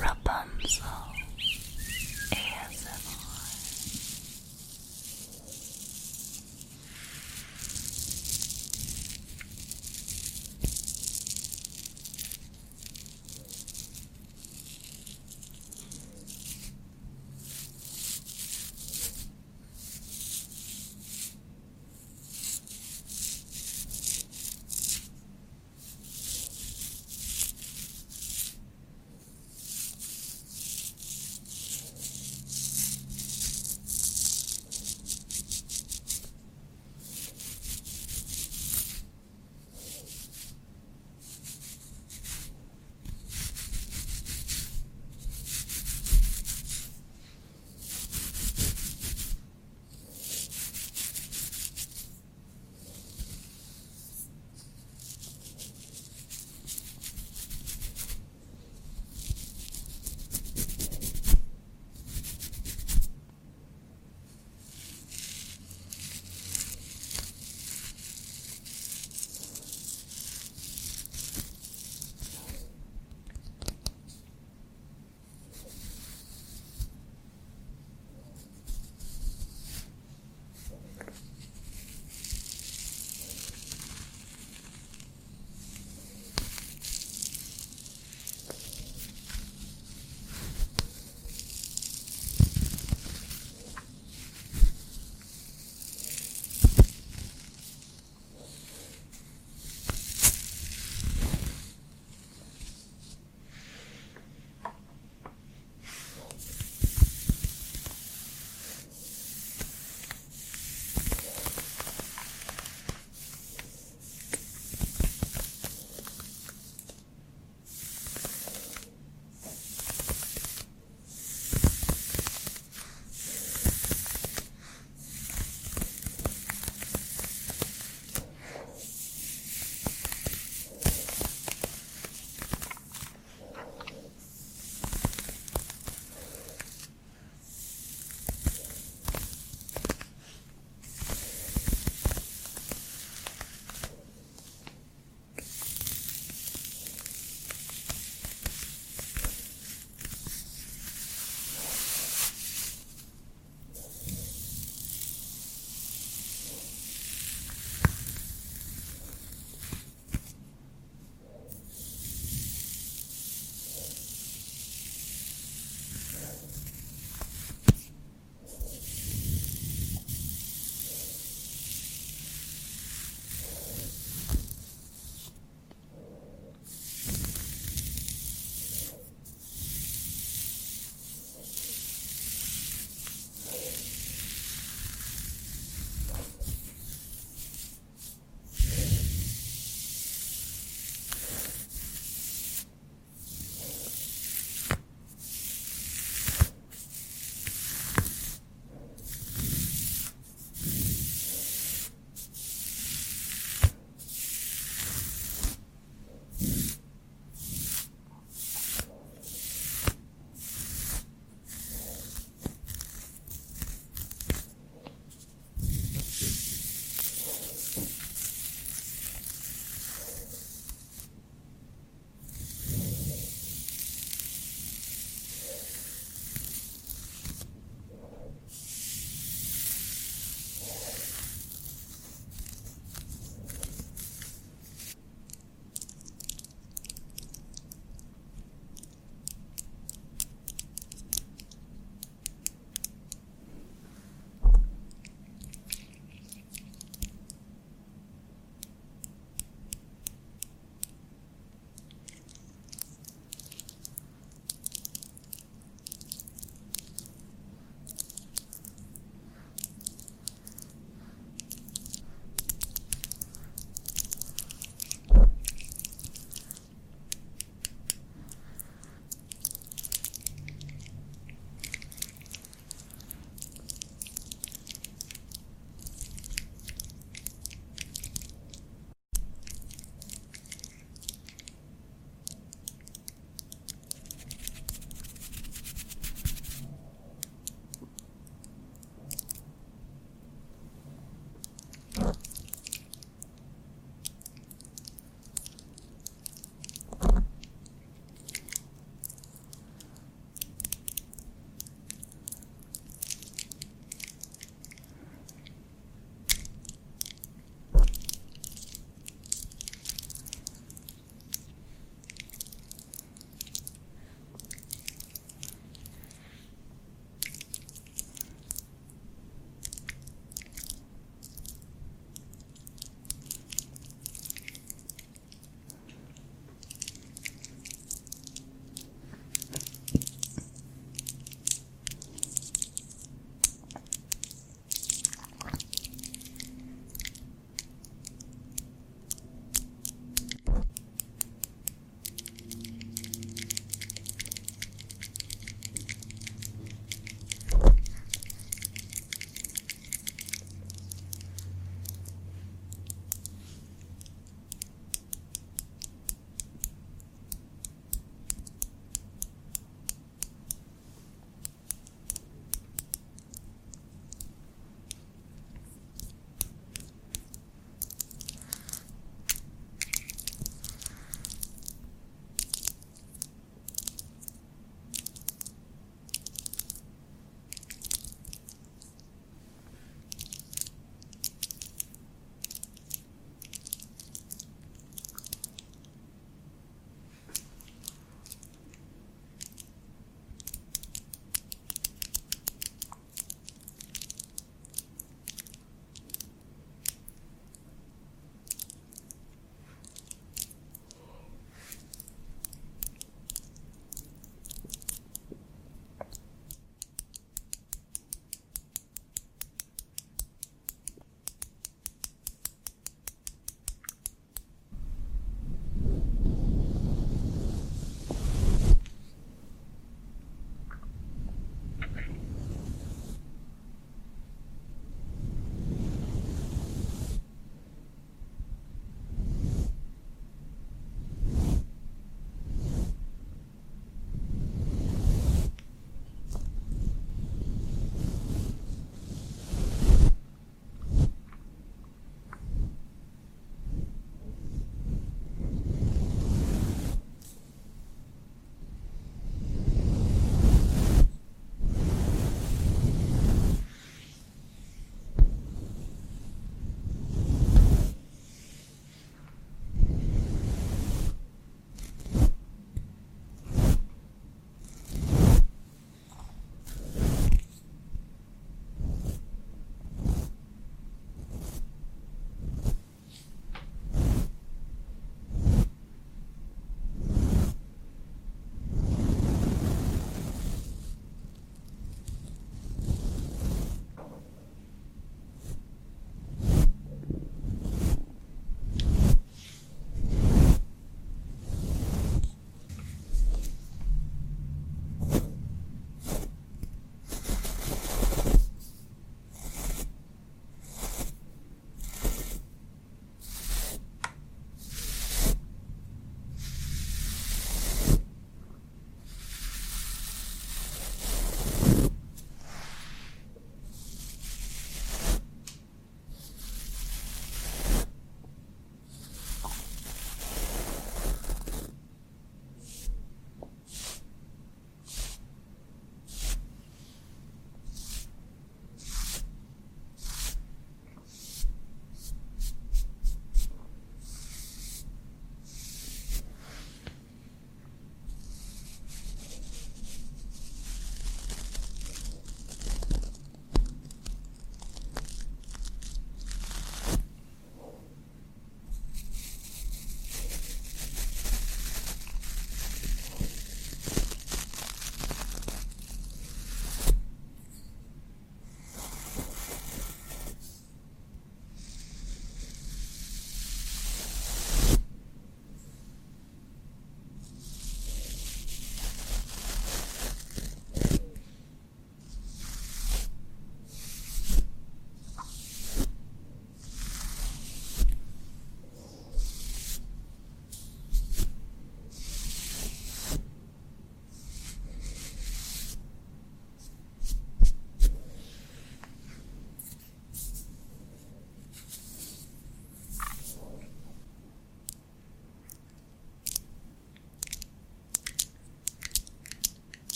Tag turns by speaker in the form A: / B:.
A: Rapunzel.